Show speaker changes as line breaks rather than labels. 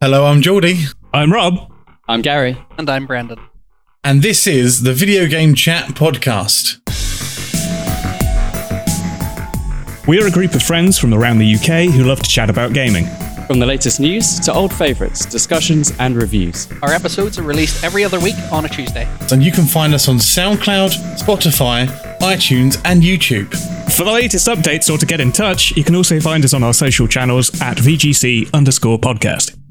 Hello, I'm Geordie,
I'm Rob.
I'm Gary.
And I'm Brandon.
and this is the Video Game Chat Podcast.
We're a group of friends from around the UK who love to chat about gaming.
From the latest news to old favourites, discussions, and reviews.
Our episodes are released every other week on a Tuesday.
And you can find us on SoundCloud, Spotify, iTunes, and YouTube.
For the latest updates or to get in touch, you can also find us on our social channels at VGC underscore podcast.